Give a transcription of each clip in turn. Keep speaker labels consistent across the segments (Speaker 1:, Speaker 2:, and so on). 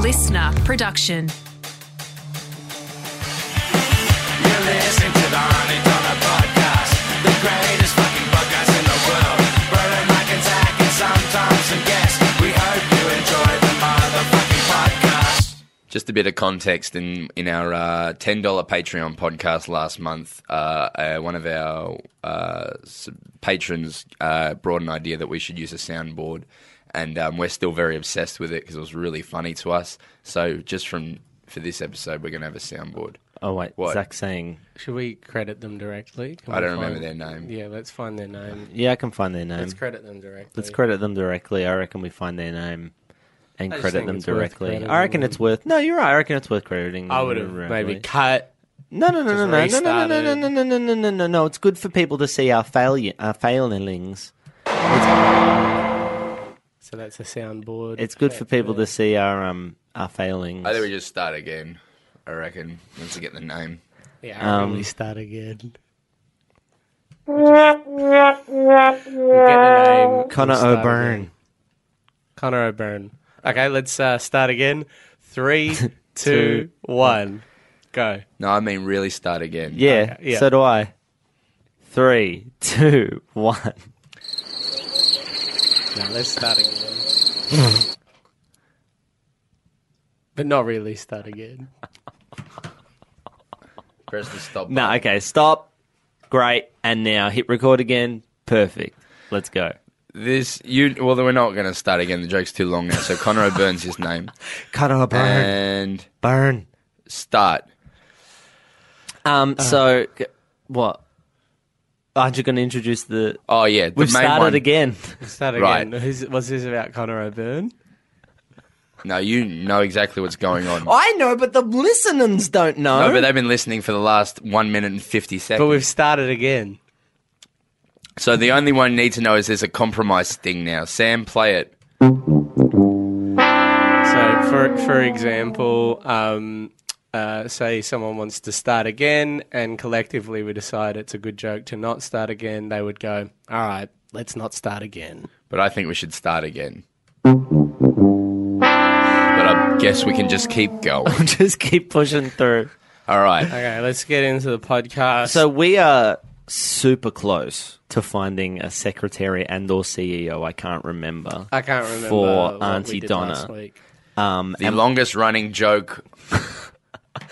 Speaker 1: listener production.
Speaker 2: You listen to the Honey Dollar Podcast, the greatest fucking podcast in the world. Brian McIntyre and Sam Thompson guest. We hope you enjoy the motherfucking podcast.
Speaker 3: Just a bit of context in in our uh, ten dollar Patreon podcast last month, uh, uh, one of our uh, s- patrons uh, brought an idea that we should use a soundboard, and um, we're still very obsessed with it because it was really funny to us. So just from for this episode, we're gonna have a soundboard.
Speaker 4: Oh wait,
Speaker 3: What?
Speaker 4: Zach's saying.
Speaker 5: Should we credit them directly? Can
Speaker 3: I
Speaker 5: we
Speaker 3: don't
Speaker 5: find-
Speaker 3: remember their name.
Speaker 5: Yeah, let's find their name.
Speaker 4: Yeah, I can find their name.
Speaker 5: Let's credit them directly.
Speaker 4: Let's credit them directly. I reckon we find their name and
Speaker 5: I just
Speaker 4: credit
Speaker 5: think
Speaker 4: them
Speaker 5: it's worth
Speaker 4: directly.
Speaker 5: crediting
Speaker 4: I reckon
Speaker 5: them.
Speaker 4: it's worth. No, you're right. I reckon it's worth crediting.
Speaker 5: I would have
Speaker 4: them
Speaker 5: maybe
Speaker 4: directly.
Speaker 5: cut.
Speaker 4: No, no, no, no, no,
Speaker 5: just
Speaker 4: no, no, no, no, no, no, no, no, no, no, no. It's good for people to see our failure, our failings.
Speaker 5: So that's a soundboard.
Speaker 4: It's good for people to see our um our failings.
Speaker 3: I think we just start again. I reckon once we get the name.
Speaker 5: Yeah, I reckon we
Speaker 4: um,
Speaker 5: start again. We'll get the name. we'll
Speaker 4: Connor
Speaker 5: start
Speaker 4: O'Byrne.
Speaker 5: again. Connor O'Byrne. Okay, let's uh, start again. Three, two, one, go.
Speaker 3: No, I mean really start again.
Speaker 4: Yeah,
Speaker 5: Okay, yeah.
Speaker 4: So do I. Three, two, one.
Speaker 5: No, let's start again. but not really start again.
Speaker 3: press the stop.
Speaker 4: No,
Speaker 3: button.
Speaker 4: okay. Stop. Great. And now hit record again. Perfect. Let's go.
Speaker 3: This you well, we're not gonna start again. The joke's too long now. So Conor O'Byrne's his name,
Speaker 4: Connor O'Byrne.
Speaker 3: and
Speaker 4: Burn.
Speaker 3: start.
Speaker 4: Um. So, g- what? Aren't you going to introduce the?
Speaker 3: Oh yeah, the
Speaker 4: We've
Speaker 3: main
Speaker 4: started
Speaker 3: one-
Speaker 4: again.
Speaker 5: Start
Speaker 3: Right.
Speaker 5: again. Who's, was this about Connor O'Byrne?
Speaker 3: No, you know exactly what's going on.
Speaker 4: I know, but the listeners don't know.
Speaker 3: No, but they've been listening for the last one minute and fifty
Speaker 5: But
Speaker 3: seconds.
Speaker 5: we've started again.
Speaker 3: so the only one you need to know is there's a compromise thing now. Sam, play it.
Speaker 5: So, for for example, um, uh, say someone wants to start again, and collectively we decide it's a good joke to not start again. They would go, "All right, let's not start again."
Speaker 3: But I think we should start again. But I guess we can just keep going.
Speaker 4: just keep pushing through.
Speaker 3: All right.
Speaker 5: Okay, let's get into the podcast.
Speaker 4: So we are super close to finding a secretary and or CEO. I can't remember.
Speaker 5: I can't remember
Speaker 4: for
Speaker 5: what
Speaker 4: Auntie
Speaker 5: we did
Speaker 4: Donna.
Speaker 5: Last week.
Speaker 4: Um,
Speaker 3: The longest running joke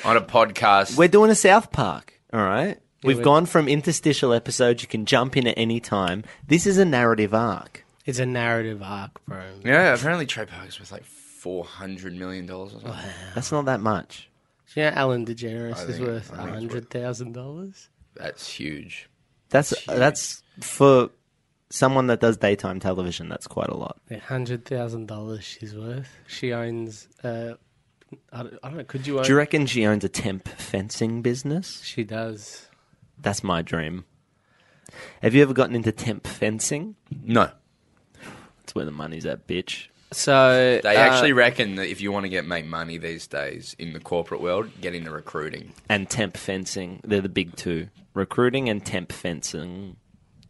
Speaker 3: on a podcast.
Speaker 4: we're doing a South Park. All right. We've
Speaker 5: we're-
Speaker 4: gone from interstitial episodes. You can jump in at any time. This is a narrative arc.
Speaker 5: It's a narrative arc, bro.
Speaker 3: yeah, apparently Trey Parker's worth like four hundred million dollars or something.
Speaker 4: That's not that much.
Speaker 5: Do you know Alan DeGeneres is
Speaker 3: think-
Speaker 5: worth
Speaker 3: I think it's
Speaker 5: hundred thousand dollars?
Speaker 3: That's huge.
Speaker 4: That's that's for someone that does daytime television. That's quite a lot.
Speaker 5: Hundred thousand dollars she's worth. She owns. Uh, I, don't, I don't know. Could you own?
Speaker 4: Do you reckon she owns a temp fencing business?
Speaker 5: she does.
Speaker 4: That's my dream. Have you ever gotten into temp fencing?
Speaker 3: No.
Speaker 4: That's where the money's at, bitch.
Speaker 5: So
Speaker 3: They
Speaker 5: uh,
Speaker 3: actually reckon that if you want to get make money these days in the corporate world, get into recruiting.
Speaker 4: And temp fencing, they're the big two. Recruiting and temp fencing.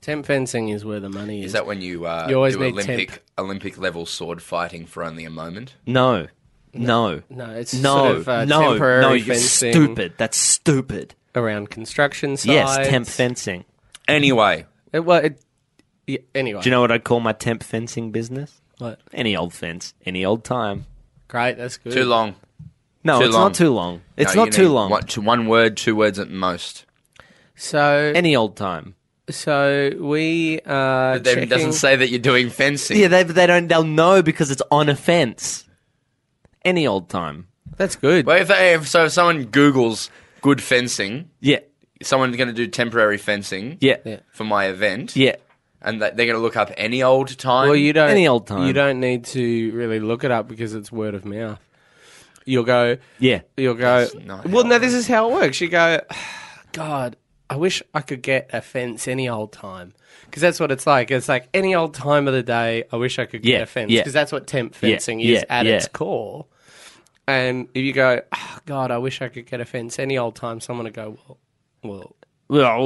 Speaker 5: temp fencing is where the money is.
Speaker 3: Is that when you, uh,
Speaker 5: You always
Speaker 3: do
Speaker 5: need
Speaker 3: Olympic
Speaker 5: temp.
Speaker 3: Olympic level sword fighting for only a moment?
Speaker 4: No. No.
Speaker 5: no, it's
Speaker 4: No,
Speaker 5: sort of uh,
Speaker 4: no,
Speaker 5: temporary
Speaker 4: no, you're
Speaker 5: fencing
Speaker 4: stupid. That's stupid.
Speaker 5: around construction sites.
Speaker 4: Yes, temp fencing.
Speaker 3: Anyway,
Speaker 5: It, well, it, yeah, anyway,
Speaker 4: Do you know what I'd call my temp fencing business?
Speaker 5: What?
Speaker 4: Any old fence, any old time.
Speaker 5: great. That's good.
Speaker 3: too long.
Speaker 4: No,
Speaker 3: Too
Speaker 4: it's
Speaker 3: long.
Speaker 4: not too long. It's
Speaker 3: No, you
Speaker 4: not too
Speaker 3: need
Speaker 4: long.
Speaker 3: One, two- one word, two words at most.
Speaker 5: So
Speaker 4: Any old time.
Speaker 5: so we uh,
Speaker 3: But then
Speaker 5: checking.
Speaker 3: it doesn't say that you're doing fencing.
Speaker 4: Yeah, they they don't they'll know because it's on a fence. Any old time.
Speaker 5: that's good.
Speaker 3: Well, if they, if, so if someone Googles good fencing,
Speaker 4: Yeah,
Speaker 3: someone's going to do temporary fencing
Speaker 4: yeah,
Speaker 5: Yeah.
Speaker 3: for my event,
Speaker 4: yeah.
Speaker 3: and that they're going to look up any old time.
Speaker 5: Well, you don't
Speaker 4: Any old time.
Speaker 5: You don't need to really look it up because it's word of mouth. You'll go.
Speaker 4: yeah.
Speaker 5: You'll go.
Speaker 3: That's not
Speaker 5: Well,
Speaker 3: how
Speaker 5: no,
Speaker 3: it
Speaker 5: this is how it works. You go. God, I wish I could get a fence any old time because that's what it's like. It's like any old time of the day. I wish I could get
Speaker 4: Yeah,
Speaker 5: a fence
Speaker 4: yeah.
Speaker 5: because that's what temp
Speaker 4: Yeah,
Speaker 5: fencing
Speaker 4: yeah,
Speaker 5: is at
Speaker 4: yeah.
Speaker 5: its core. And if you go, "Ah, God, I wish I could get a fence any old time, someone would go, well, well,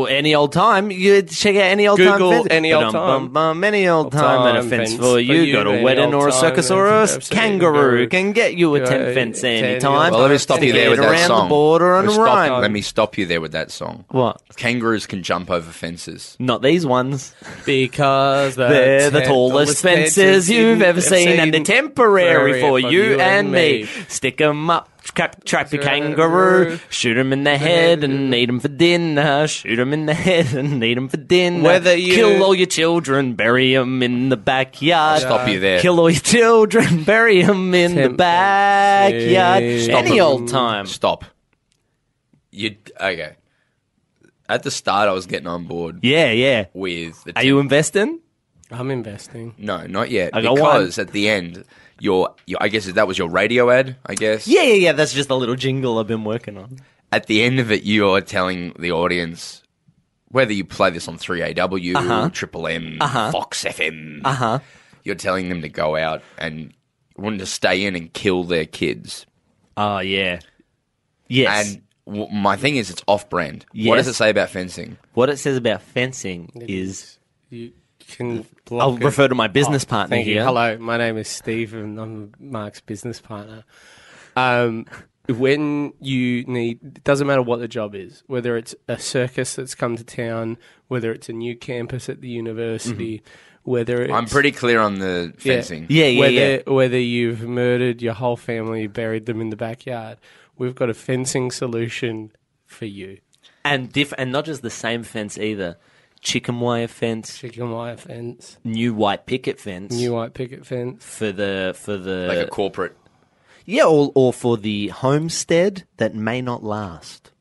Speaker 4: Well, any old time. You check out any old
Speaker 5: Google
Speaker 4: time. fence.
Speaker 5: any
Speaker 4: Ba-dum,
Speaker 5: old time.
Speaker 4: bum, bum, any old time, and a
Speaker 5: time
Speaker 4: fence
Speaker 5: fence
Speaker 4: for you.
Speaker 5: for
Speaker 4: Got
Speaker 5: you,
Speaker 4: a
Speaker 5: any
Speaker 4: wedding
Speaker 5: old
Speaker 4: or a
Speaker 5: time,
Speaker 4: circus
Speaker 5: and
Speaker 4: or a
Speaker 5: I've seen
Speaker 4: kangaroo
Speaker 5: kangaroo.
Speaker 4: can get you a
Speaker 5: Yeah,
Speaker 4: tent fence
Speaker 5: ten
Speaker 4: any
Speaker 5: years
Speaker 4: time.
Speaker 5: old.
Speaker 3: Well, let me stop you there with
Speaker 4: Get
Speaker 3: that
Speaker 4: around
Speaker 3: song.
Speaker 4: the border
Speaker 3: Let
Speaker 4: and
Speaker 3: me stop-
Speaker 4: rhyme.
Speaker 3: Let me stop you there with that song.
Speaker 4: What?
Speaker 3: Kangaroos can jump over fences.
Speaker 4: Not these ones.
Speaker 5: Because the
Speaker 4: They're the
Speaker 5: ten-
Speaker 4: Uh, tallest
Speaker 5: fences
Speaker 4: fences you've ever seen,
Speaker 5: seen.
Speaker 4: and they're temporary for you and me.
Speaker 5: me.
Speaker 4: Stick 'em up, trap, trap your
Speaker 5: Sure.
Speaker 4: kangaroo, Shoot 'em in the head and eat 'em for dinner, Shoot 'em in the head and eat 'em for dinner.
Speaker 5: Whether you-
Speaker 4: Kill all your children, bury 'em in the backyard.
Speaker 3: Stop you there.
Speaker 4: Kill all your children, bury 'em in the
Speaker 5: Temp-
Speaker 4: backyard.
Speaker 5: Stop
Speaker 4: Any
Speaker 3: it.
Speaker 4: old time.
Speaker 3: Stop. You okay? At the start, I was getting on board
Speaker 4: Yeah, yeah.
Speaker 3: with the
Speaker 4: Are you investing?
Speaker 5: I'm investing.
Speaker 3: No, not yet.
Speaker 4: I got
Speaker 3: because at the end, your, your I guess that was your radio ad. I guess.
Speaker 4: Yeah, yeah, yeah. That's just a little jingle I've been working on.
Speaker 3: At the end of it, you are telling the audience whether you play this on 3AW,
Speaker 4: Uh-huh.
Speaker 3: Triple M, Fox FM. Uh huh. You're telling them to go out and want to stay in and kill their kids.
Speaker 4: Oh, yeah. Yes.
Speaker 3: And w- my thing is, it's off-brand. What
Speaker 4: Yes.
Speaker 3: does it say about fencing?
Speaker 4: What it says about fencing is
Speaker 5: You can
Speaker 4: I'll
Speaker 5: block it.
Speaker 4: refer to my business partner
Speaker 5: Oh, Thank
Speaker 4: here.
Speaker 5: you. Hello, my name is Steve, and I'm Mark's business partner. Um, when you need, it doesn't matter what the job is, whether it's a circus that's come to town, whether it's a new campus at the university, whether it's,
Speaker 3: I'm pretty clear on the fencing.
Speaker 4: Mm-hmm. Yeah, yeah,
Speaker 5: whether
Speaker 4: yeah.
Speaker 5: whether you've murdered your whole family, buried them in the backyard, we've got a fencing solution for you.
Speaker 4: And diff- and not just the same fence either. Chicken wire fence,
Speaker 5: Chicken wire fence,
Speaker 4: new white picket fence
Speaker 5: new white picket fence.
Speaker 4: for the for the
Speaker 3: Like a corporate.
Speaker 4: yeah, or or for the homestead that may not last.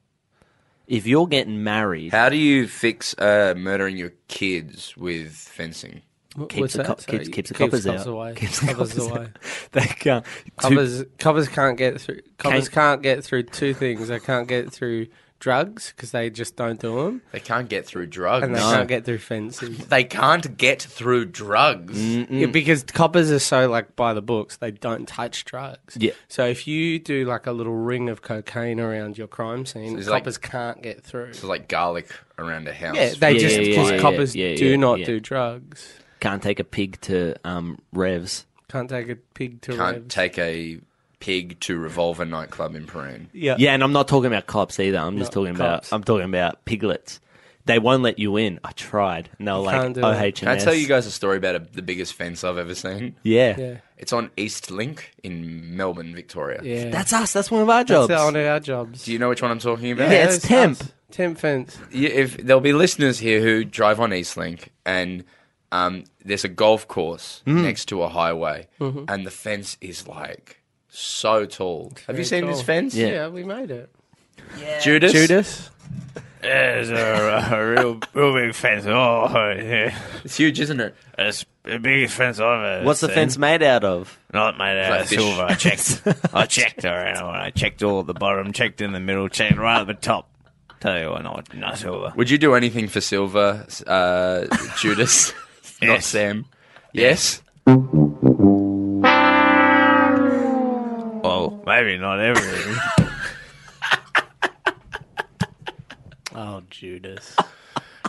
Speaker 4: If you're getting married,
Speaker 3: How do you fix uh, murdering your kids with fencing?
Speaker 5: What-
Speaker 4: keeps
Speaker 5: what's
Speaker 4: the, cop
Speaker 5: that? Sorry,
Speaker 4: keeps, keeps the coppers out.
Speaker 5: away.
Speaker 4: Keeps the
Speaker 5: Covers
Speaker 4: coppers
Speaker 5: away.
Speaker 4: out. They can't. Two-
Speaker 5: Covers covers can't get through. Covers
Speaker 4: Can't-
Speaker 5: can't get through two things. They can't get through drugs because they just don't do them,
Speaker 3: They can't get through drugs.
Speaker 5: and they can't get through fences
Speaker 3: They can't get through drugs.
Speaker 4: Mm.
Speaker 5: Yeah, because coppers are so like by the books. They don't touch drugs.
Speaker 4: Yeah.
Speaker 5: So if you do like a little ring of cocaine around your crime scene,
Speaker 3: it's like-
Speaker 5: coppers can't get through.
Speaker 3: It's like garlic around a house.
Speaker 5: Yeah, they
Speaker 4: Yeah,
Speaker 5: just
Speaker 4: yeah, yeah,
Speaker 5: because
Speaker 4: yeah,
Speaker 5: coppers
Speaker 4: yeah, yeah,
Speaker 5: do
Speaker 4: yeah,
Speaker 5: not
Speaker 4: yeah.
Speaker 5: do drugs.
Speaker 4: can't take a pig to um, revs.
Speaker 5: Can't take a pig to
Speaker 3: can't
Speaker 5: revs.
Speaker 3: take a pig to Revolver nightclub in Prahran.
Speaker 5: yeah.
Speaker 4: Yeah, and I'm not talking about cops either. I'm just talking
Speaker 5: cops.
Speaker 4: about I'm talking about piglets. They won't let you in. I tried. And they're like,
Speaker 5: can't do
Speaker 4: oh,
Speaker 5: it.
Speaker 4: H
Speaker 3: Can I tell you guys a story about a, the biggest fence I've ever seen?
Speaker 4: Yeah.
Speaker 5: Yeah.
Speaker 3: It's on East Link in Melbourne, Victoria.
Speaker 5: Yeah.
Speaker 4: That's us. That's one of our
Speaker 5: That's
Speaker 4: jobs.
Speaker 5: one of our jobs.
Speaker 3: Do you know which one I'm talking about?
Speaker 4: Yeah, it's temp.
Speaker 5: us. Temp fence.
Speaker 3: Yeah, if there'll be listeners here who drive on Eastlink and um, there's a golf course
Speaker 4: Hmm.
Speaker 3: next to a highway
Speaker 4: Mm-hmm.
Speaker 3: and the fence is like so tall. Have you seen this
Speaker 5: tall.
Speaker 3: fence?
Speaker 5: Yeah. we made it.
Speaker 3: Judas?
Speaker 5: Judas.
Speaker 1: There's a, a real, real big fence. Oh, yeah.
Speaker 3: It's huge, isn't it?
Speaker 1: It's the biggest fence I've ever
Speaker 4: What's the
Speaker 1: seen.
Speaker 4: fence made out of?
Speaker 1: Not made out
Speaker 3: like
Speaker 1: of
Speaker 3: fish.
Speaker 1: silver. I checked. I checked around. I checked all at the bottom, checked in the middle, checked right at the top. Tell you what, not, not silver.
Speaker 3: Would you do anything for Silver, uh, Judas? Not
Speaker 1: Yes.
Speaker 3: Sam. Yes.
Speaker 1: Well, maybe not everything.
Speaker 5: Oh, Judas.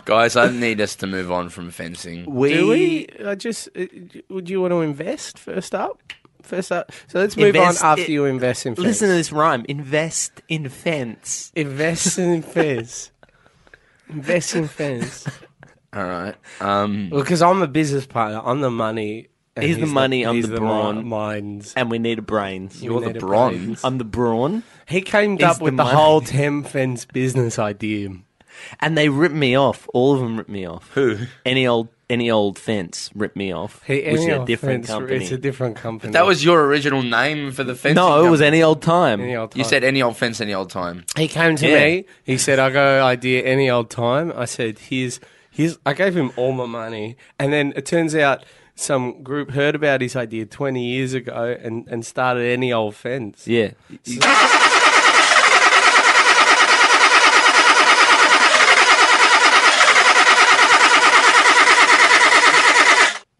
Speaker 3: Guys, I need us to move on from fencing.
Speaker 4: We,
Speaker 5: Do we? I just. uh, Would you want to invest first up? First up. So let's move
Speaker 4: Invest
Speaker 5: on after
Speaker 4: i-
Speaker 5: you invest in. Fez.
Speaker 4: listen to this rhyme. Invest in fence.
Speaker 5: Invest in Fez. invest in Fez.
Speaker 3: All right. Um,
Speaker 5: Because I'm the business partner. I'm the money. and
Speaker 4: He's the money, I'm
Speaker 5: he's
Speaker 4: the brawn.
Speaker 5: mi- minds.
Speaker 4: And we need a brains.
Speaker 5: We
Speaker 3: you're the
Speaker 5: need a
Speaker 3: bronze.
Speaker 4: I'm the brawn.
Speaker 5: He came
Speaker 4: He's
Speaker 5: up with
Speaker 4: the
Speaker 5: the,
Speaker 4: money.
Speaker 5: whole Tem Fence business idea.
Speaker 4: And they rip me off. All of them rip me off. Who? Any old any old fence rip me off.
Speaker 5: He,
Speaker 4: which is
Speaker 5: any
Speaker 4: a different
Speaker 5: offense,
Speaker 4: company.
Speaker 5: It's a different company.
Speaker 3: that was your original name for the fencing.
Speaker 4: no, it was
Speaker 3: company.
Speaker 4: any old time.
Speaker 5: Any old
Speaker 3: You
Speaker 5: time.
Speaker 3: said any old fence, any old time.
Speaker 5: He came to
Speaker 4: Yeah.
Speaker 5: me. He said, "I go idea any old time." I said, "Here's here's." I gave him all my money, and then it turns out some group heard about his idea twenty years ago and and started any old fence.
Speaker 4: Yeah.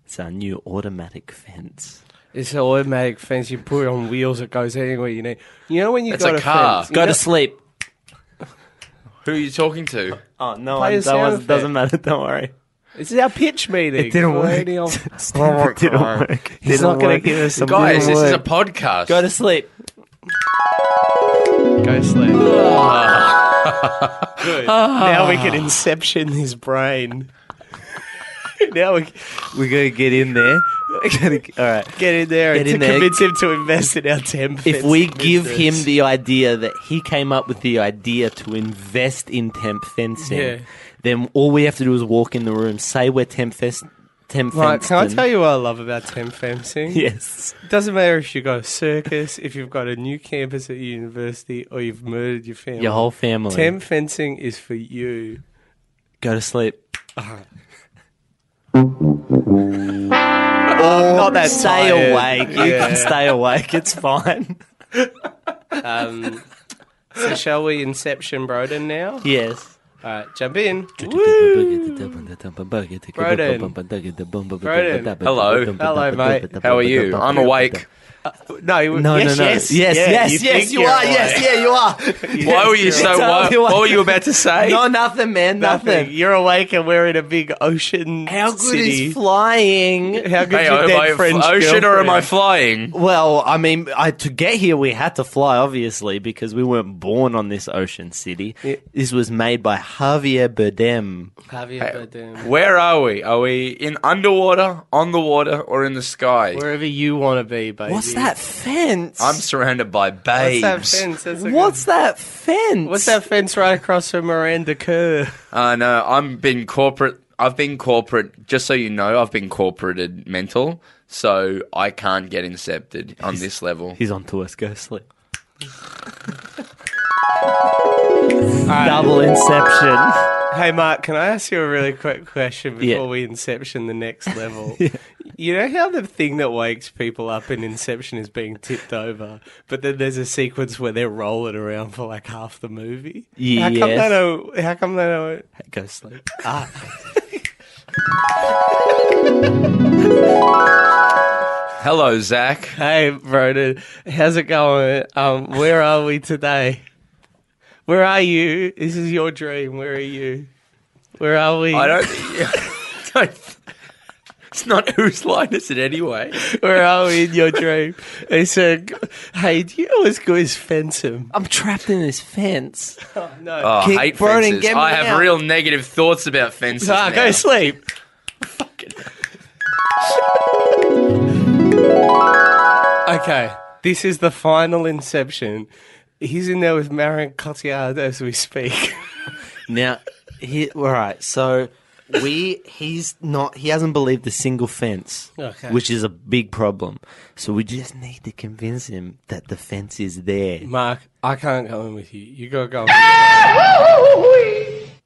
Speaker 4: It's our new automatic fence.
Speaker 5: It's an automatic fence. You put it on wheels. It goes anywhere you need. You know when you
Speaker 3: That's
Speaker 5: got
Speaker 3: a
Speaker 5: a,
Speaker 3: car.
Speaker 5: fence. you
Speaker 4: Go
Speaker 5: know-
Speaker 4: to sleep.
Speaker 3: Who are you talking to?
Speaker 4: Oh no,
Speaker 5: Play a
Speaker 4: I'm- that
Speaker 5: sound
Speaker 4: was,
Speaker 5: effect.
Speaker 4: doesn't matter. Don't worry.
Speaker 5: This is our pitch meeting.
Speaker 4: It didn't
Speaker 5: for
Speaker 4: work.
Speaker 5: any of-
Speaker 4: It didn't work.
Speaker 5: Oh He's not going to give us some
Speaker 3: Guys,
Speaker 5: good
Speaker 3: this is a
Speaker 5: work.
Speaker 3: podcast.
Speaker 4: Go to sleep.
Speaker 5: go sleep. Good. Now we can inception his brain. now we
Speaker 4: We're gonna get in there. We're gonna- all right.
Speaker 5: get in there
Speaker 4: Get
Speaker 5: and
Speaker 4: in
Speaker 5: to
Speaker 4: there.
Speaker 5: convince him to invest in our temp.
Speaker 4: If we give him the idea that he came up with the idea to invest in temp fencing,
Speaker 5: Yeah.
Speaker 4: then all we have to do is walk in the room, say we're temp fest, temp
Speaker 5: Right, can I
Speaker 4: fenced.
Speaker 5: tell you what I love about temp fencing?
Speaker 4: Yes.
Speaker 5: It doesn't matter if you got a circus, if you've got a new campus at university, or you've murdered your family.
Speaker 4: Your whole family.
Speaker 5: temp fencing is for you.
Speaker 4: Go to sleep.
Speaker 5: Uh-huh. Not that
Speaker 4: Oh, Stay
Speaker 5: tired.
Speaker 4: awake. You
Speaker 5: Yeah.
Speaker 4: can stay awake. It's fine.
Speaker 5: Um, so shall we inception Broden now?
Speaker 4: yes.
Speaker 5: All right, jump in. Broden.
Speaker 3: Hello.
Speaker 5: Hello, mate.
Speaker 3: How are you? I'm awake.
Speaker 5: No, you-
Speaker 4: No,
Speaker 5: yes,
Speaker 4: no, no.
Speaker 5: yes,
Speaker 4: yes,
Speaker 5: yeah,
Speaker 4: yes,
Speaker 5: you
Speaker 4: yes,
Speaker 5: think
Speaker 4: you
Speaker 5: you're
Speaker 4: are.
Speaker 5: awake.
Speaker 4: Yes, yeah, you are.
Speaker 3: Why were you so?
Speaker 4: Tell
Speaker 3: What,
Speaker 4: me what-
Speaker 3: what were you about to say?
Speaker 4: No, nothing, man.
Speaker 5: Nothing.
Speaker 4: Nothing.
Speaker 5: You're awake and we're in a big ocean.
Speaker 4: How good
Speaker 5: city.
Speaker 4: is flying?
Speaker 5: How good
Speaker 3: Hey,
Speaker 5: is your
Speaker 3: am I
Speaker 5: dead
Speaker 3: fl-
Speaker 5: French
Speaker 3: ocean or am I
Speaker 5: girlfriend?
Speaker 3: flying?
Speaker 4: Well, I mean, I, to get here, we had to fly, obviously, because we weren't born on this ocean city.
Speaker 5: Yeah.
Speaker 4: This was made by Javier Bardem.
Speaker 5: Javier Bardem.
Speaker 3: Where are we? Are we in underwater, on the water, or in the sky?
Speaker 5: Wherever you want to be, baby.
Speaker 4: What's that fence?
Speaker 3: I'm surrounded by
Speaker 5: What's
Speaker 3: babes.
Speaker 5: that fence? That's a good-
Speaker 4: What's that fence?
Speaker 5: What's that fence right across from Miranda Kerr?
Speaker 3: Uh, no, I'm been corporate. I've been corporate. Just so you know, I've been corporated mental, so I can't get incepted on this level.
Speaker 4: He's on to us. Go sleep.
Speaker 5: right.
Speaker 4: Double inception.
Speaker 5: Hey, Mark, can I ask you a really quick question before
Speaker 4: Yeah.
Speaker 5: we inception the next level? You know how the thing that wakes people up in Inception is being tipped over, but then there's a sequence where they're rolling around for like half the movie? How come
Speaker 4: Yes.
Speaker 5: they don't? How come they don't?
Speaker 4: Go sleep.
Speaker 3: Hello, Zach.
Speaker 5: Hey, Broden, how's it going? Um, where are we today? Where are you? This is your dream. Where are you? Where are we?
Speaker 3: I don't. don't it's not whose line is it anyway?
Speaker 5: Where are we in your dream? They said, "Hey, do you know what's good as fencing?"
Speaker 4: I'm trapped in this fence.
Speaker 5: No,
Speaker 3: Oh, I
Speaker 4: Keep
Speaker 3: hate
Speaker 4: burning,
Speaker 3: fences.
Speaker 4: get me
Speaker 3: I have
Speaker 4: out.
Speaker 3: real negative thoughts about fences.
Speaker 5: Ah,
Speaker 3: now.
Speaker 5: go sleep. okay, this is the final Inception. He's in there with Marion Cotillard as we speak.
Speaker 4: Now, he, all right. So we he's not he hasn't believed a single fence,
Speaker 5: Okay.
Speaker 4: which is a big problem. So we just need to convince him that the fence is there.
Speaker 5: Mark, I can't go in with you. You gotta go. In.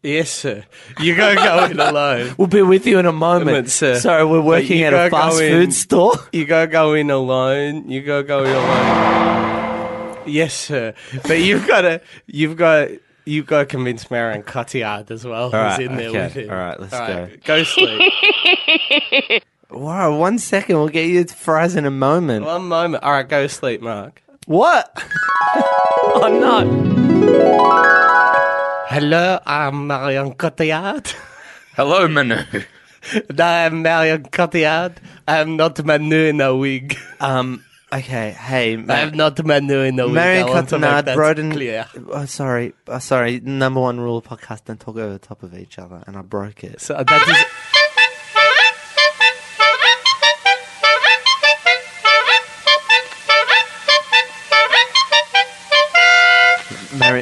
Speaker 5: yes, sir. You gotta go in alone.
Speaker 4: We'll be with you in a moment.
Speaker 5: But, sir,
Speaker 4: Sorry, we're
Speaker 5: but
Speaker 4: working
Speaker 5: uh, you
Speaker 4: at a
Speaker 5: gotta
Speaker 4: fast
Speaker 5: go in-
Speaker 4: food store.
Speaker 5: You gotta go in alone. You gotta go in alone. Yes, sir. But you've gotta, you've got, you've got to convince Marion Cotillard as well. who's
Speaker 4: right,
Speaker 5: in there
Speaker 4: okay.
Speaker 5: with him.
Speaker 4: All right, let's
Speaker 5: go. Go sleep.
Speaker 4: Wow, one second, we'll get you fries in a moment.
Speaker 5: One moment. All right, go sleep, Mark.
Speaker 4: What? oh no!
Speaker 5: Hello, I'm Marion Cotillard.
Speaker 3: Hello, Manu.
Speaker 5: I'm Marion Cotillard. I'm not Manu in a wig.
Speaker 4: Um. Okay. Hey, Ma-
Speaker 5: I'm not Manu in a wig.
Speaker 4: Marion
Speaker 5: I want to make
Speaker 4: Cotillard,
Speaker 5: that
Speaker 4: Broden.
Speaker 5: Clear.
Speaker 4: Oh, sorry. Oh, sorry. Number one rule of podcast: don't talk over the top of each other. And I broke it.
Speaker 5: So that is.
Speaker 4: Mary.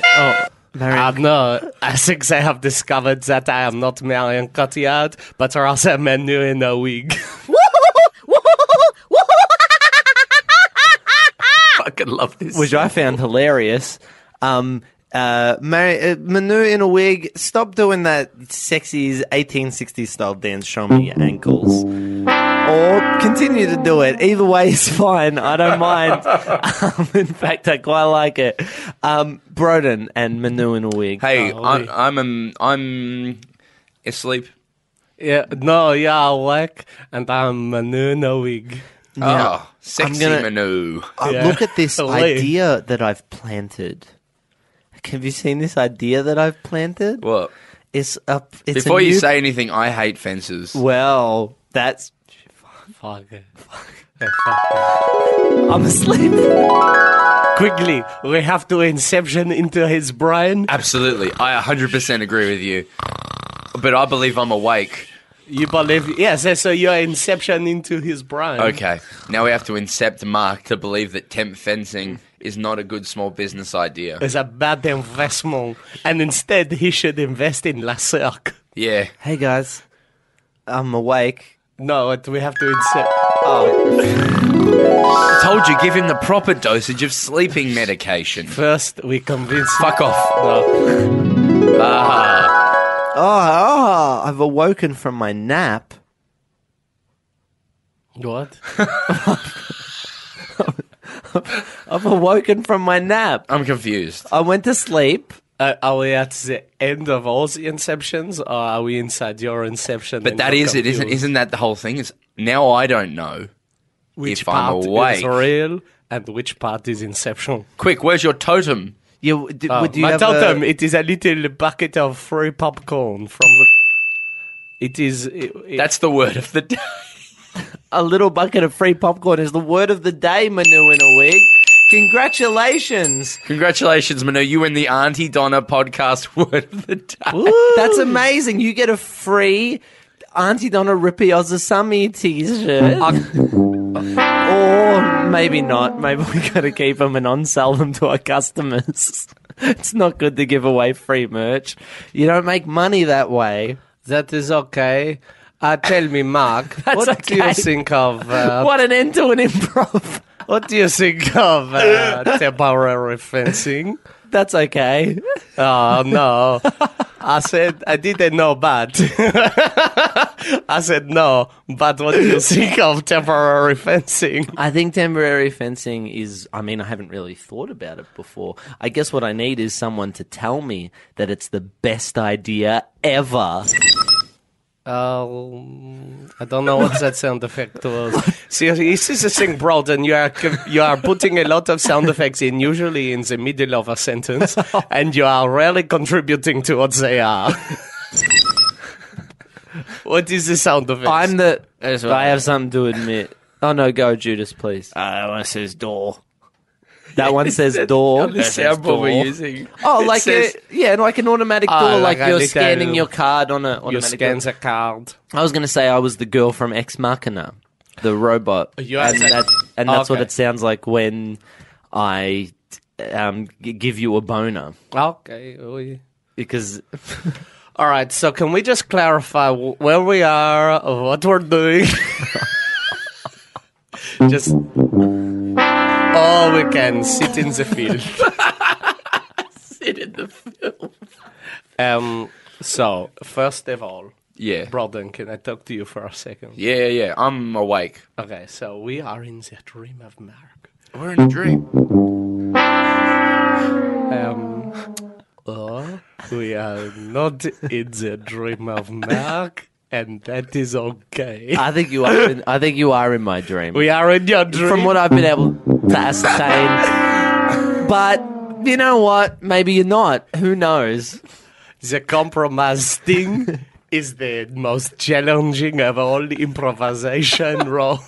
Speaker 4: Oh, Mary.
Speaker 5: Uh, no, I think they have discovered that I am not Marion Cotillard, but also Manu in a wig.
Speaker 3: Fucking love this.
Speaker 4: which I found hilarious. Um, uh, Mary, uh, Manu in a wig. Stop doing that sexy 1860s style dance. Show me your ankles. Or continue to do it. Either way is fine. I don't mind. um, in fact, I quite like it. Um, Broden and Manu in a wig.
Speaker 3: Hey,
Speaker 5: Oh,
Speaker 3: I'm,
Speaker 5: Ollie.
Speaker 3: I'm I'm asleep.
Speaker 5: yeah, no, yeah, I like, and I'm Manu in a wig.
Speaker 4: Now,
Speaker 3: oh, sexy
Speaker 4: gonna-
Speaker 3: Manu.
Speaker 4: Uh,
Speaker 5: Yeah.
Speaker 4: Look at this
Speaker 5: Believe.
Speaker 4: idea that I've planted. Have you seen this idea that I've planted?
Speaker 3: What?
Speaker 4: It's up. It's a
Speaker 3: Before you
Speaker 4: new-
Speaker 3: say anything, I hate fences.
Speaker 4: well, that's
Speaker 5: Fuck it. Fuck
Speaker 4: I'm asleep.
Speaker 5: it. Quickly, we have to inception into his brain.
Speaker 3: Absolutely. I 100% agree with you. But I believe I'm awake.
Speaker 5: You believe? Yes, so- so you're inception into his brain.
Speaker 3: Okay. Now we have to incept Mark to believe that temp fencing is not a good small business
Speaker 4: Uh,
Speaker 3: idea.
Speaker 5: It's a bad investment, and instead he should invest in La Cirque.
Speaker 3: Yeah.
Speaker 4: Hey guys, I'm awake.
Speaker 5: No, it- we have to incept.
Speaker 3: Told you, give him the proper dosage of sleeping medication.
Speaker 5: First, we convince.
Speaker 3: Fuck off.
Speaker 5: No.
Speaker 4: Oh, oh, I've awoken from my nap.
Speaker 5: What?
Speaker 4: I've awoken from my nap.
Speaker 3: I'm confused.
Speaker 4: I went to sleep.
Speaker 5: Uh, are we at the end of all the inceptions, or are we inside your inception?
Speaker 3: But that is it, isn't isn't that the whole thing? Is now I don't know.
Speaker 5: Which
Speaker 3: if I'm
Speaker 5: part is
Speaker 3: awake.
Speaker 5: real and which part is inception?
Speaker 3: Quick, where's your totem?
Speaker 4: You, d-
Speaker 5: Oh,
Speaker 4: would you
Speaker 5: I
Speaker 4: have
Speaker 5: told
Speaker 4: a-
Speaker 5: them it is a little bucket of free popcorn from the. It is. It, it-
Speaker 3: That's the word of the day.
Speaker 4: a little bucket of free popcorn is the word of the day, Manu in a week. Congratulations.
Speaker 3: Congratulations, Manu. You win the Auntie Donna podcast word of the day.
Speaker 4: That's amazing. You get a free Auntie Donna Rippy Ozasami t-shirt. or maybe not. Maybe we got to keep them and on-sell them to our customers. it's not good to give away free merch. You don't make money that way.
Speaker 5: that is okay. Uh, tell me, Mark, what do
Speaker 4: okay.
Speaker 5: you think of uh,
Speaker 4: What an end to an improv.
Speaker 5: what do you think of uh, temporary fencing?
Speaker 4: That's okay.
Speaker 5: Oh no! I said I didn't know, but I said no. But what do you think of temporary fencing?
Speaker 4: I think temporary fencing is. I mean, I haven't really thought about it before. I guess what I need is someone to tell me that it's the best idea ever.
Speaker 5: Um, I don't know what that sound effect was. Seriously, this is a thing, bro. And you are you are putting a lot of sound effects in, usually in the middle of a sentence, and you are really contributing to what they are. what is the sound effect?
Speaker 4: I'm the. uh,
Speaker 1: That's what-
Speaker 4: I have something to admit. Oh no, go Judas, please.
Speaker 1: Uh, one says door.
Speaker 4: That one says door.
Speaker 1: That says door.
Speaker 3: using.
Speaker 4: Oh,
Speaker 3: It
Speaker 4: like
Speaker 3: says-
Speaker 4: a, yeah, like an automatic door,
Speaker 5: Oh,
Speaker 4: "Ah, like,
Speaker 5: like a
Speaker 4: you're
Speaker 5: little-
Speaker 4: scanning your card on a automatic.
Speaker 5: you
Speaker 4: door.
Speaker 5: scan the card.
Speaker 4: I was gonna say I was the girl from Ex Machina, the robot,
Speaker 5: You are
Speaker 4: and
Speaker 5: saying-
Speaker 4: that's, and that's what
Speaker 5: Okay.
Speaker 4: it sounds like when I um, g- give you a boner
Speaker 5: Okay. oh, yeah.
Speaker 4: because
Speaker 5: All right. So can we just clarify wh- where we are, what we're doing? just all we can sit in the field.
Speaker 3: Sit in the film.
Speaker 5: Um. So first of all,
Speaker 3: Yeah.
Speaker 5: Broden, can I talk to you for a second?
Speaker 3: Yeah, yeah. I'm awake.
Speaker 5: Okay. So we are in the dream of Mark.
Speaker 3: We're in a dream.
Speaker 5: Um. Or we are not in the dream of Mark, and that is okay.
Speaker 4: I think you are. In, I think you are in my dream.
Speaker 5: We are in your dream.
Speaker 4: from what I've been able to ascertain, but you know what? Maybe you're not. Who knows?
Speaker 5: The compromise thing is the most challenging of all improvisation ro-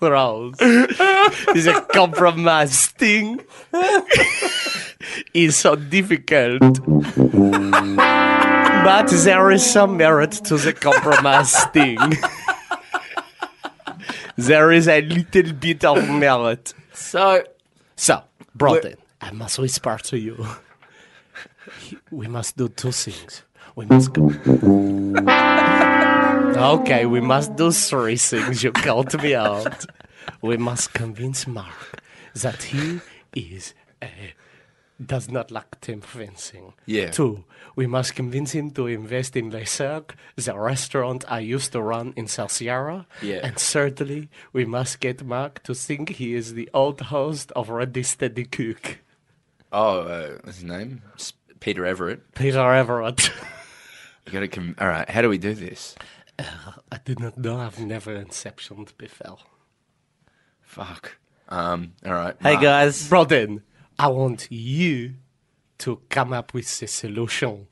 Speaker 5: roles. The compromise thing is so difficult. but there is some merit to the compromise thing. there is a little bit of merit.
Speaker 4: So
Speaker 5: So, Broughton, I must whisper to you. We must do two things. We must go. okay, we must do three things. You called me out. We must convince Mark that he is a, does not like temp fencing.
Speaker 3: Yeah.
Speaker 5: Two, we must convince him to invest in Le Cirque, the restaurant I used to run in Salsierra.
Speaker 3: Yeah.
Speaker 5: And Certainly, we must get Mark to think he is the old host of Ready Steady Cook,
Speaker 3: Oh, uh, what's his name? S- Peter Everett.
Speaker 5: Peter Everett.
Speaker 3: You gotta com- All right, how do we do this?
Speaker 5: I do not know. I've never inceptioned before.
Speaker 3: Fuck. Um, all right.
Speaker 4: hey
Speaker 3: Mark.
Speaker 4: guys,
Speaker 5: Broden, I want you to come up with a solution.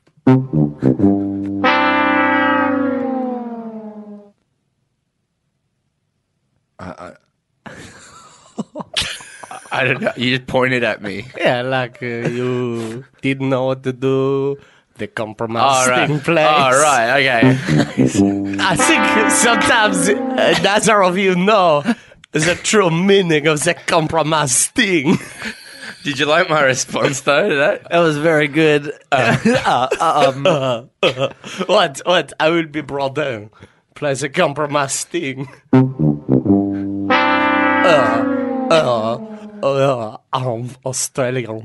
Speaker 3: I don't know. You just pointed at me.
Speaker 5: Yeah, like uh, you didn't know what to do. The compromise
Speaker 3: All right.
Speaker 5: in place.
Speaker 3: All right. Okay.
Speaker 5: I think sometimes uh, neither of you know the true meaning of the compromise thing.
Speaker 3: Did you like my response though to that?
Speaker 4: That was very good.
Speaker 5: What? What? I will be brought down. Play the compromise thing. Uh, uh, uh, I'm Australian.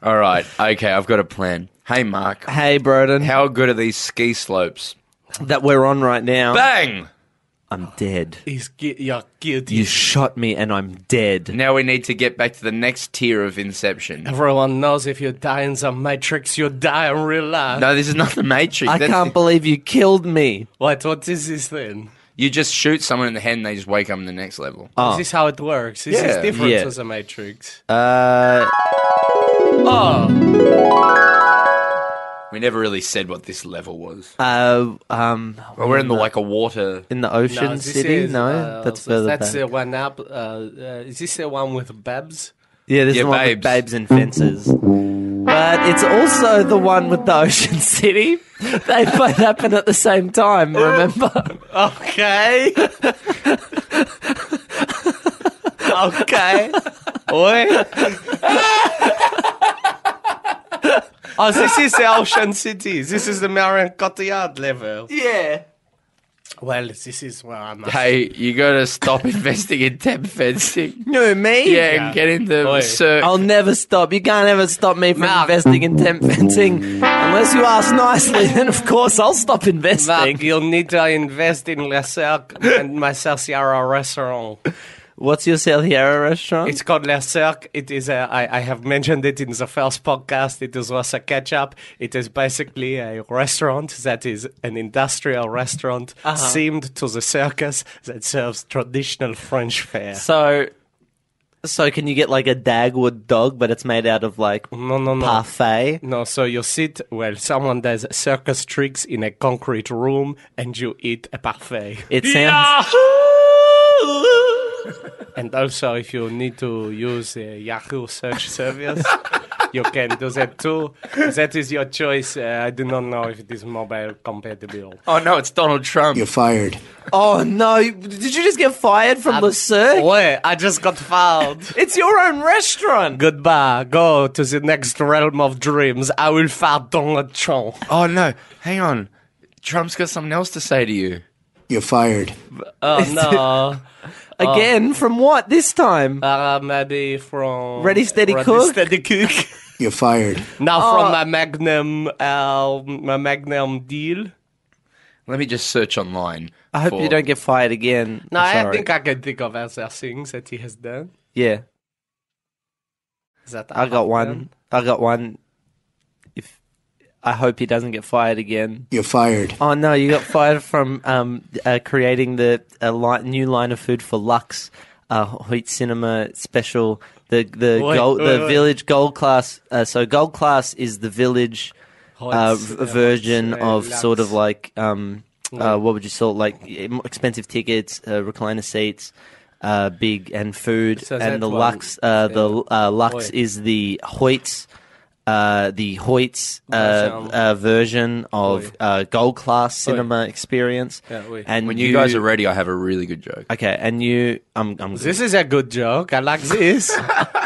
Speaker 3: All right. Okay. I've got a plan. Hey, Mark.
Speaker 4: hey, Broden,
Speaker 3: How good are these ski slopes?
Speaker 4: that we're on right now.
Speaker 3: Bang!
Speaker 4: I'm dead.
Speaker 5: He's gu- you're guilty.
Speaker 4: You shot me and I'm dead.
Speaker 3: Now we need to get back to the next tier of Inception.
Speaker 5: Everyone knows if you die in the Matrix, you die in real life.
Speaker 3: No, this is not the Matrix.
Speaker 4: I
Speaker 3: That's
Speaker 4: can't
Speaker 3: the-
Speaker 4: believe you killed me.
Speaker 5: What? What is this then?
Speaker 3: you just shoot someone in the head and they just wake up in the next level.
Speaker 4: Oh.
Speaker 5: Is this how it works? Is this
Speaker 3: Yeah.
Speaker 5: different
Speaker 4: Yeah.
Speaker 5: to the Matrix?
Speaker 4: Uh,
Speaker 5: oh,
Speaker 3: We never really said what this level was.
Speaker 4: uh, um,
Speaker 3: Well, we're in the like a water.
Speaker 4: in the ocean
Speaker 5: no, this
Speaker 4: city?
Speaker 5: is,
Speaker 4: no,
Speaker 5: uh,
Speaker 4: that's
Speaker 5: so
Speaker 4: further
Speaker 5: That's
Speaker 4: back.
Speaker 5: the one up. Uh, uh, is this the one with Babs?
Speaker 4: yeah, this
Speaker 3: yeah,
Speaker 4: is the one
Speaker 3: babes.
Speaker 4: with babes and fences. But it's also the one with the ocean city. They both happen at the same time. Remember?
Speaker 5: Okay. okay. Oi. oh, this is the Ocean City. This is the Marion Cotillard level.
Speaker 4: yeah.
Speaker 5: Well, this is where I'm at.
Speaker 3: Hey, you gotta stop investing in temp fencing.
Speaker 4: No, me.
Speaker 3: Yeah, and get into
Speaker 5: Oi.
Speaker 3: Sir.
Speaker 4: I'll never stop. You can't ever stop me from investing in temp fencing. Unless you ask nicely, then of course I'll stop investing.
Speaker 5: Mark, you'll need to invest in La Cirque and my Sierra restaurant.
Speaker 4: What's your Saliera restaurant?
Speaker 5: It's called La Cirque. It is a, I, I have mentioned it in the first podcast. It is was a ketchup. It is basically a restaurant that is an industrial restaurant themed to the circus that serves traditional French fare.
Speaker 4: so. So can you get like a Dagwood dog, but it's made out of like
Speaker 5: No, no, no.
Speaker 4: parfait?
Speaker 5: No, so you sit well. Someone does circus tricks in a concrete room, and you eat a parfait.
Speaker 4: It sounds.
Speaker 5: And also, if you need to use a Yahoo search service, you can do that too. That is your choice. Uh, I do not know if it is mobile compatible.
Speaker 3: Oh no, it's Donald Trump.
Speaker 4: Oh no! Did you just get fired from
Speaker 5: Um,
Speaker 4: Le Cirque?
Speaker 5: Wait, I just got fouled.
Speaker 4: It's your own restaurant.
Speaker 5: Goodbye. Go to the next realm of dreams. I will fight Donald Trump.
Speaker 3: Oh no, hang on. Trump's got something else to say to you.
Speaker 6: You're fired.
Speaker 5: Oh no. Oh.
Speaker 4: Again, from what this time?
Speaker 5: Uh, maybe from
Speaker 4: Ready, steady,
Speaker 5: Ready,
Speaker 4: cook?
Speaker 5: Steady cook.
Speaker 6: You're fired.
Speaker 5: now
Speaker 4: Oh.
Speaker 5: from my Magnum, uh, my Magnum deal.
Speaker 3: Let me just search online.
Speaker 4: I hope
Speaker 3: for-
Speaker 4: you don't get fired again.
Speaker 5: No,
Speaker 4: I'm
Speaker 5: I
Speaker 4: sorry.
Speaker 5: think I can think of other things that he has done.
Speaker 4: yeah.
Speaker 5: That
Speaker 4: I
Speaker 5: have
Speaker 4: got
Speaker 5: done.
Speaker 4: one. I got one. If I hope he doesn't get fired again.
Speaker 6: You're fired.
Speaker 4: Oh no, you got fired from um, uh, creating the a li- new line of food for Lux uh, Hoyt Cinema special. The the
Speaker 5: Wait,
Speaker 4: gold,
Speaker 5: wait,
Speaker 4: the
Speaker 5: wait.
Speaker 4: Village Gold Class. Uh, so Gold Class is the Village uh,
Speaker 5: Hoyt's,
Speaker 4: v-
Speaker 5: uh,
Speaker 4: version
Speaker 5: Hoyt's, uh,
Speaker 4: of sort of
Speaker 5: Lux.
Speaker 4: like um, uh, what would you sort like eh, more expensive tickets, uh, recliner seats. Uh, big and food
Speaker 5: So
Speaker 4: and
Speaker 5: that
Speaker 4: the
Speaker 5: one-
Speaker 4: Lux. Uh, the uh, Lux
Speaker 5: Hoyt.
Speaker 4: is the Hoyts. Uh, the Hoyts uh,
Speaker 5: Version.
Speaker 4: uh, version of
Speaker 5: Oi.
Speaker 4: uh, Gold Class cinema experience.
Speaker 5: Yeah, oi.
Speaker 4: and
Speaker 3: When you, guys are ready, I have a really good joke.
Speaker 4: okay, and you, I'm, I'm
Speaker 5: This is a good joke. I like this.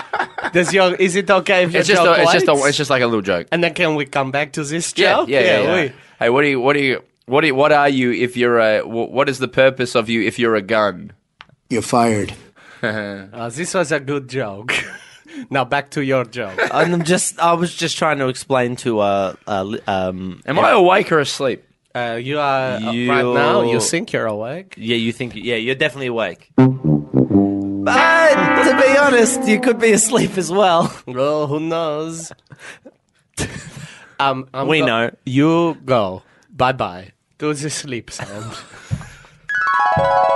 Speaker 5: Does your is it okay if you
Speaker 3: It's just,
Speaker 5: joke
Speaker 3: a, it's just, a,
Speaker 5: whites?
Speaker 3: it's just like a little joke.
Speaker 5: And then can we come back to this
Speaker 3: Yeah,
Speaker 5: joke?
Speaker 3: yeah, yeah. yeah.
Speaker 5: we-
Speaker 3: Hey, what do you, what do you, what do you, what are you if you're a, wh- what is the purpose of you if you're a gun?
Speaker 6: You're fired.
Speaker 5: Uh, this was a good joke. now back to your joke.
Speaker 4: and I'm just, I was just trying to explain to uh, uh li- um,
Speaker 3: Am I awake or asleep?
Speaker 5: Uh, you are uh,
Speaker 4: You-
Speaker 5: right now. You think you're awake?
Speaker 4: yeah, you think, yeah, you're definitely awake. But to be honest, you could be asleep as well.
Speaker 5: Well, who knows? um, I'm
Speaker 4: We
Speaker 5: go-
Speaker 4: know.
Speaker 5: You go. Bye bye. Do the sleep sound.
Speaker 3: Ah.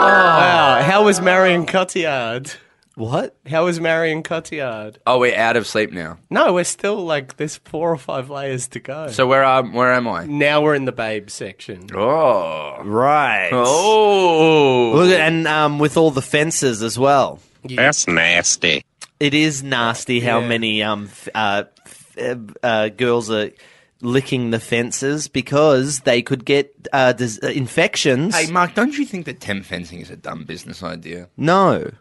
Speaker 5: Ah, oh, how was Marion Cotillard?
Speaker 4: What?
Speaker 5: How was Marion Cotillard?
Speaker 3: Oh, we're out of sleep now.
Speaker 5: No, we're still like there's four or five layers to go.
Speaker 3: So where am where am I?
Speaker 5: now we're in the babe section.
Speaker 3: Oh,
Speaker 4: Right.
Speaker 3: oh,
Speaker 4: Look at and um, with all the fences as well.
Speaker 7: That's nasty.
Speaker 4: It is nasty how
Speaker 5: Yeah.
Speaker 4: many um f- uh, f- uh, uh, girls are licking the fences because they could get uh, dis- uh, infections.
Speaker 3: hey Mark, don't you think that temp fencing is a dumb business idea?
Speaker 4: no.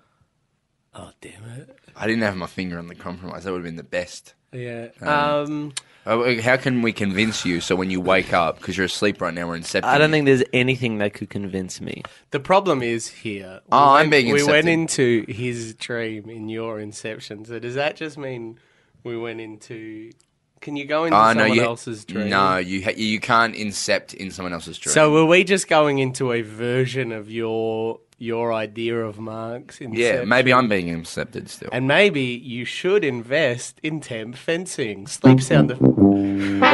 Speaker 5: Oh damn it!
Speaker 3: I didn't have my finger on the compromise. That would have been the best.
Speaker 5: Yeah. Um.
Speaker 3: Oh, How can we convince you so when you wake up, because you're asleep right now, we're incepting
Speaker 4: I don't
Speaker 3: you?
Speaker 4: think there's anything that could convince me.
Speaker 5: The problem is here.
Speaker 3: Oh,
Speaker 5: we
Speaker 3: I'm
Speaker 5: went-
Speaker 3: being
Speaker 5: We went
Speaker 3: incepted.
Speaker 5: into his dream in your inception. So does that just mean we went into? Can you go into
Speaker 3: Oh, no,
Speaker 5: someone
Speaker 3: you,
Speaker 5: else's dream?
Speaker 3: No, you ha- you can't incept in someone else's dream.
Speaker 5: So were we just going into a version of your your idea of Mark's?
Speaker 3: yeah,
Speaker 5: Inception?
Speaker 3: maybe I'm being incepted still.
Speaker 5: And maybe you should invest in temp fencing. Sleep sound. Of-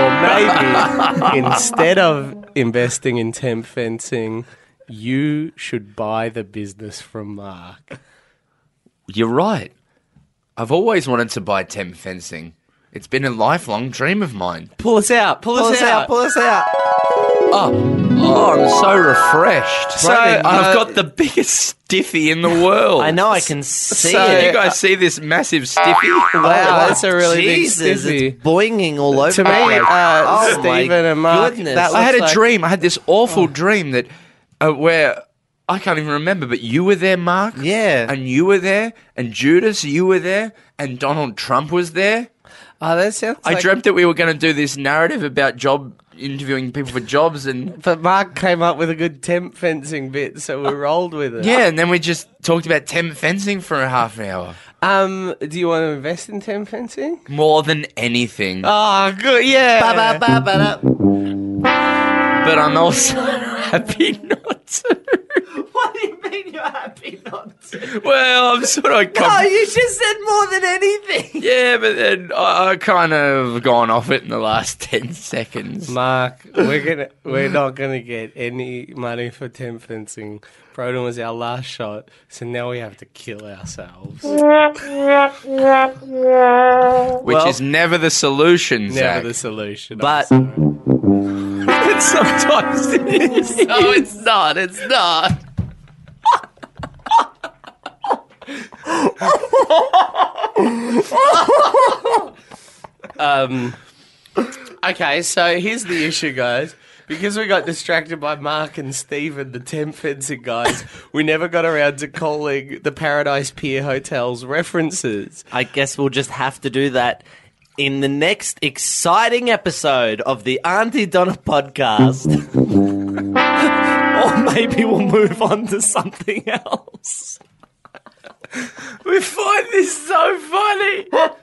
Speaker 5: or maybe instead of investing in temp fencing, you should buy the business from Mark.
Speaker 3: You're right. I've always wanted to buy temp fencing. It's been a lifelong dream of mine.
Speaker 5: Pull us out. Pull, us, out.
Speaker 4: pull us out.
Speaker 3: Oh, I'm so refreshed. So
Speaker 4: Right then,
Speaker 3: I've
Speaker 4: uh,
Speaker 3: got the biggest stiffy in the world.
Speaker 4: I know I can see
Speaker 3: So
Speaker 4: it.
Speaker 3: you guys see this massive stiffy?
Speaker 5: Wow, Oh, that's a really big
Speaker 4: Jesus,
Speaker 5: stiffy.
Speaker 4: it's boinging all over.
Speaker 5: To me,
Speaker 4: the place.
Speaker 5: uh,
Speaker 4: Oh my
Speaker 5: Stephen and Mark,
Speaker 4: goodness.
Speaker 5: that
Speaker 3: I had a
Speaker 5: Looks like-
Speaker 3: dream. I had this
Speaker 4: Oh.
Speaker 3: awful dream that uh, where I can't even remember, but you were there, Mark.
Speaker 4: Yeah.
Speaker 3: and you were there, and Judas, you were there, and Donald Trump was there.
Speaker 5: Oh, that sounds.
Speaker 3: I dreamt that we were going to do this narrative about job interviewing people for jobs, and
Speaker 5: But Mark came up with a good temp fencing bit, so we rolled with it.
Speaker 3: yeah, and then we just talked about temp fencing for a half an hour.
Speaker 5: Um. Do you want to invest in temp fencing?
Speaker 3: More than anything,
Speaker 5: Oh, good. Yeah.
Speaker 4: Ba, ba, ba, ba, da.
Speaker 3: but I'm also happy not to.
Speaker 4: What do you mean you're happy not to?
Speaker 3: Well, I'm sort of.
Speaker 4: Oh, you just said more than anything.
Speaker 3: yeah, but then I, I kind of gone off it in the last ten seconds.
Speaker 5: Mark, we're gonna we're not gonna get any money for temp fencing. Broden was our last shot, so now we have to kill ourselves.
Speaker 3: which
Speaker 4: Well-
Speaker 3: is never the solution,
Speaker 5: Never
Speaker 3: Zach.
Speaker 5: the solution. I'm
Speaker 4: But-
Speaker 5: sorry.
Speaker 3: Sometimes it is. No, it's not. It's not.
Speaker 5: um, okay, so here's the issue, guys. Because we got distracted by Mark and Steven, the temp fencing guys, we never got around to calling the Paradise Pier hotels references.
Speaker 4: I guess we'll just have to do that in the next exciting episode of the Auntie Donna podcast. or maybe we'll move on to something else.
Speaker 3: We find this so funny. oh,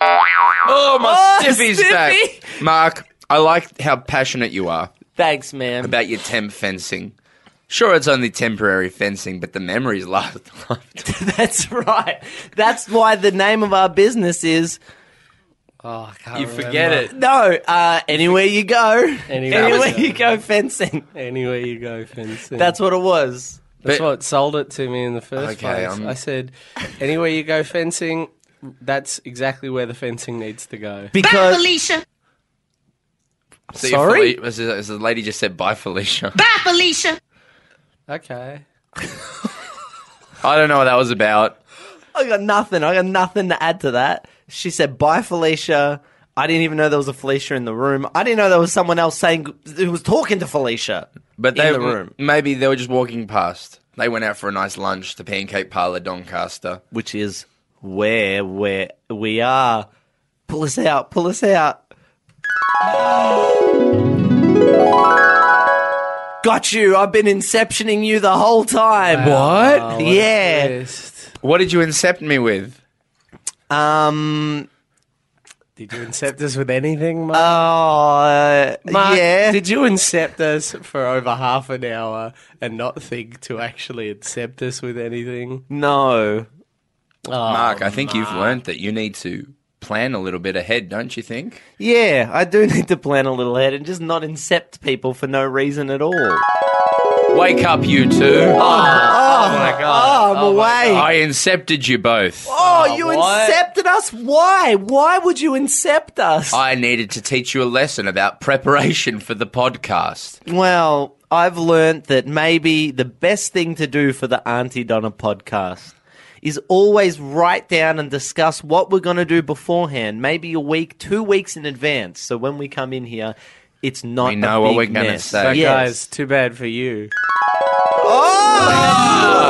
Speaker 4: Oh,
Speaker 3: my stiffy's
Speaker 4: Stiffy.
Speaker 3: back. Mark, I like how passionate you are
Speaker 4: Thanks, man.
Speaker 3: about your temp fencing. Sure, it's only temporary fencing, but the memories last a lifetime.
Speaker 4: That's right. That's why the name of our business is
Speaker 5: Oh, I can't
Speaker 3: You forget it.
Speaker 4: no. Uh, anywhere you go,
Speaker 5: Anywhere
Speaker 4: anywhere
Speaker 5: you go.
Speaker 4: you go fencing.
Speaker 5: Anywhere you go, fencing.
Speaker 4: That's what it was.
Speaker 5: That's
Speaker 3: But-
Speaker 5: what sold it to me in the first
Speaker 3: Okay,
Speaker 5: place.
Speaker 3: I'm-
Speaker 5: I said, anywhere you go fencing, that's exactly where the fencing needs to go.
Speaker 4: Because
Speaker 8: Felicia.
Speaker 3: See,
Speaker 4: Oh, Sorry?
Speaker 3: Feli- as, as the lady just said, bye, Felicia.
Speaker 8: Bye, Felicia.
Speaker 5: Okay.
Speaker 3: I don't know what that was about.
Speaker 4: I got nothing. I got nothing to add to that. She said, "Bye, Felicia." I didn't even know there was a Felicia in the room. I didn't know there was someone else saying who was talking to Felicia.
Speaker 3: But they
Speaker 4: In the room.
Speaker 3: maybe they were just walking past. They went out for a nice lunch to Pancake Parlor Doncaster.
Speaker 4: which is where where we are. Pull us out, pull us out. Got you. I've been inceptioning you the whole time.
Speaker 5: Oh,
Speaker 3: What?
Speaker 4: yeah.
Speaker 3: What did you incept me with?
Speaker 4: Um.
Speaker 5: Did you incept us with anything, Mark?
Speaker 4: Oh.
Speaker 5: Uh, Mark,
Speaker 4: yeah.
Speaker 5: Did you incept us for over half an hour and not think to actually incept us with anything?
Speaker 4: no. Oh,
Speaker 3: Mark, I think you've learnt that you need to plan a little bit ahead, don't you think?
Speaker 4: Yeah. I do need to plan a little ahead and just not incept people for no reason at all.
Speaker 3: Wake up, you two.
Speaker 5: Oh my god.
Speaker 4: I'm away.
Speaker 3: I incepted you both.
Speaker 4: Oh, you
Speaker 5: what?
Speaker 4: incepted us? Why? Why would you incept us?
Speaker 3: I needed to teach you a lesson about preparation for the podcast.
Speaker 4: well, I've learnt that maybe the best thing to do for the Auntie Donna podcast is always write down and discuss what we're going to do beforehand, maybe a week, two weeks in advance. So when we come in here, it's not
Speaker 3: We know
Speaker 4: a
Speaker 3: what
Speaker 4: big
Speaker 3: we're gonna
Speaker 4: mess.
Speaker 3: say. So
Speaker 4: Yes.
Speaker 5: Uh, Guys, too bad for you.
Speaker 4: Oh,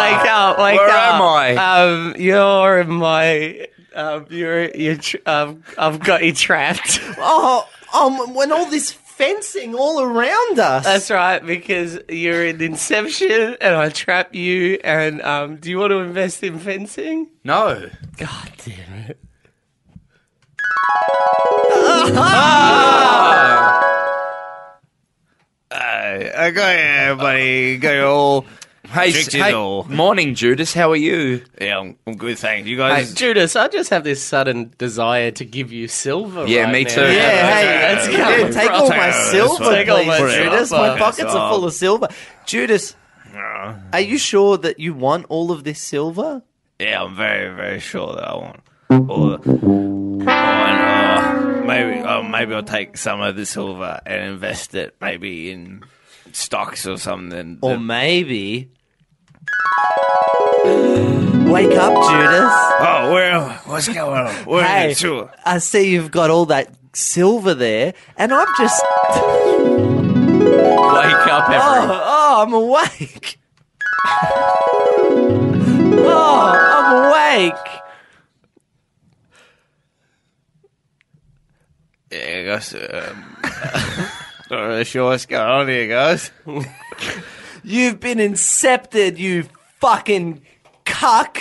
Speaker 4: Wake up, wake
Speaker 3: Where
Speaker 4: up.
Speaker 3: am I?
Speaker 5: Um, you're in my. Um, you're you. Tr- um, I've got you trapped.
Speaker 4: Oh, um, when all this fencing all around us.
Speaker 5: That's right, because you're in Inception, and I trap you. And um, do you want to invest in fencing?
Speaker 3: No.
Speaker 5: God damn it!
Speaker 1: I got you, buddy. Got you all.
Speaker 3: Hey, s-
Speaker 1: Drinking
Speaker 3: hey,
Speaker 1: all.
Speaker 3: morning, Judas. How are you?
Speaker 1: Yeah, I'm, I'm good, thanks. You
Speaker 5: Hey,
Speaker 1: guys.
Speaker 5: Judas, I just have this sudden desire to give you silver.
Speaker 3: Yeah,
Speaker 5: right
Speaker 3: me
Speaker 5: now.
Speaker 3: too.
Speaker 4: Yeah, hey,
Speaker 5: that's
Speaker 4: yeah,
Speaker 5: coming
Speaker 4: take
Speaker 5: from-
Speaker 4: all
Speaker 1: Take
Speaker 4: my
Speaker 1: all this
Speaker 4: silver,
Speaker 1: one. Take
Speaker 5: all
Speaker 4: please,
Speaker 5: my
Speaker 4: Judas.
Speaker 5: silver.
Speaker 4: My pockets are full of silver. Judas,
Speaker 1: Uh,
Speaker 4: are you sure that you want all of this silver?
Speaker 1: yeah, I'm very, very sure that I want. Or, or, uh, maybe, oh, maybe I'll take some of the silver and invest it, maybe in stocks or something.
Speaker 4: Or maybe. Wake up, Judas.
Speaker 1: oh, well, what's going on? Where
Speaker 4: Hey,
Speaker 1: is it? Sure.
Speaker 4: I see you've got all that silver there, and I'm just.
Speaker 3: Wake up, everyone.
Speaker 4: Oh, I'm awake. oh, I'm awake.
Speaker 1: Yeah, guys. Um, not really sure what's going on here, guys.
Speaker 4: You've been incepted, you fucking cuck.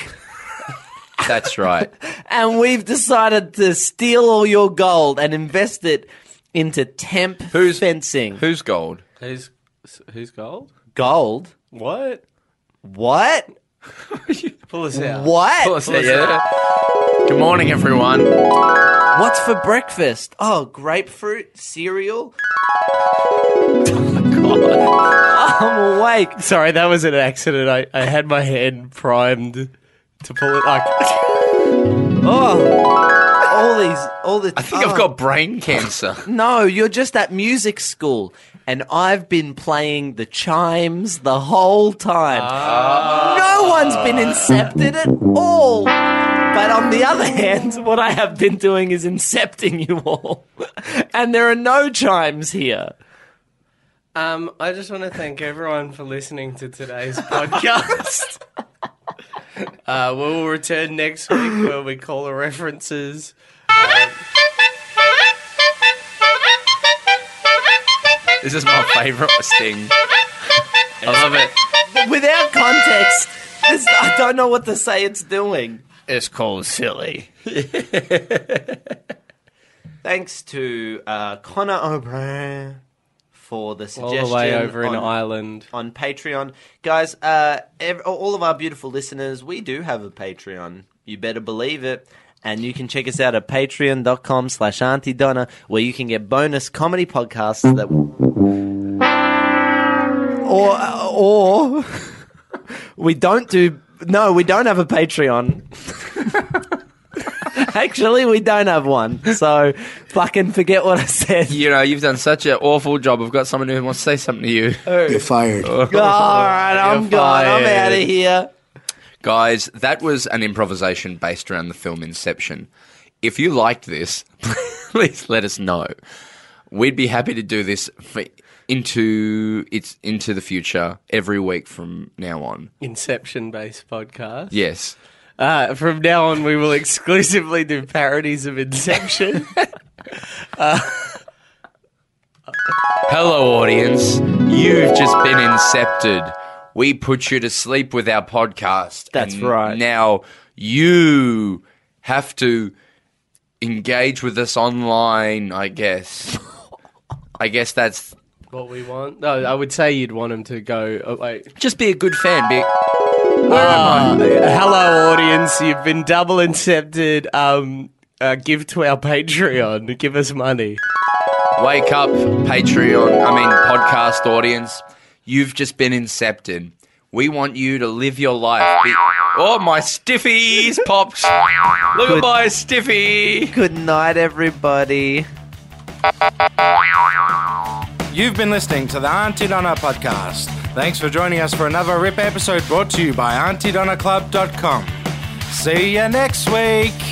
Speaker 3: That's right.
Speaker 4: and we've decided to steal all your gold and invest it into temp
Speaker 3: Who's-
Speaker 4: fencing.
Speaker 3: Who's gold?
Speaker 5: Who's who's gold?
Speaker 4: gold?
Speaker 5: What?
Speaker 4: What?
Speaker 5: Pull us out.
Speaker 4: What?
Speaker 3: What's that, yeah? Good morning, everyone.
Speaker 4: What's for breakfast? Oh, grapefruit cereal.
Speaker 3: Oh,
Speaker 4: I'm awake.
Speaker 5: Sorry, that was an accident. I, I had my hand primed to pull it. Like,
Speaker 4: Oh, all these, all the.
Speaker 3: I think
Speaker 1: Ah.
Speaker 3: I've got brain cancer.
Speaker 4: No, you're just at music school, and I've been playing the chimes the whole time.
Speaker 5: Ah.
Speaker 4: No one's been incepted at all. But on the other hand, what I have been doing is incepting you all. and there are no chimes here.
Speaker 5: um, I just want to thank everyone for listening to today's podcast. uh, we'll return next week where we call the references.
Speaker 3: This is my favourite sting. I love it.
Speaker 4: Without context, this, I don't know what to say it's doing.
Speaker 1: It's called silly.
Speaker 4: Thanks to uh, Connor O'Brien for the
Speaker 5: All
Speaker 4: suggestion.
Speaker 5: the way over in
Speaker 4: on-
Speaker 5: Ireland.
Speaker 4: on Patreon. Guys, uh, ev- all of our beautiful listeners, we do have a Patreon. You better believe it. And you can check us out at patreon.com slash Auntie Donna, where you can get bonus comedy podcasts that. Or, uh, or we don't do. No, we don't have a Patreon. Actually, we don't have one. So fucking forget what I said.
Speaker 3: You know, you've done such an awful job. I've got someone who wants to say something to you.
Speaker 6: You're fired.
Speaker 4: All right, I'm
Speaker 3: You're
Speaker 4: gone. I'm
Speaker 3: fired.
Speaker 4: out of here.
Speaker 3: Guys, that was an improvisation based around the film Inception. If you liked this, please let us know. We'd be happy to do this for into it's into the future every week from now on.
Speaker 5: Inception based podcast.
Speaker 3: Yes.
Speaker 5: Uh, from now on, we will exclusively do parodies of Inception.
Speaker 3: Hello, audience. You've just been incepted. We put you to sleep with our podcast.
Speaker 4: That's
Speaker 3: and
Speaker 4: right.
Speaker 3: Now you have to engage with us online, I guess. I guess that's
Speaker 5: what we want. No, I would say you'd want him to go. Oh, wait.
Speaker 3: just be a good fan. Be,
Speaker 5: Hello, audience. You've been double incepted. Um, uh, give to our Patreon. Give us money.
Speaker 3: wake up, Patreon. I mean, podcast audience. You've just been incepted. We want you to live your life. Be- oh, my stiffies popped. Look at
Speaker 4: Good.
Speaker 3: my stiffy.
Speaker 4: Good night, everybody.
Speaker 2: You've been listening to the Auntie Donna podcast. Thanks for joining us for another RIP episode brought to you by AuntieDonnaClub.com. See you next week.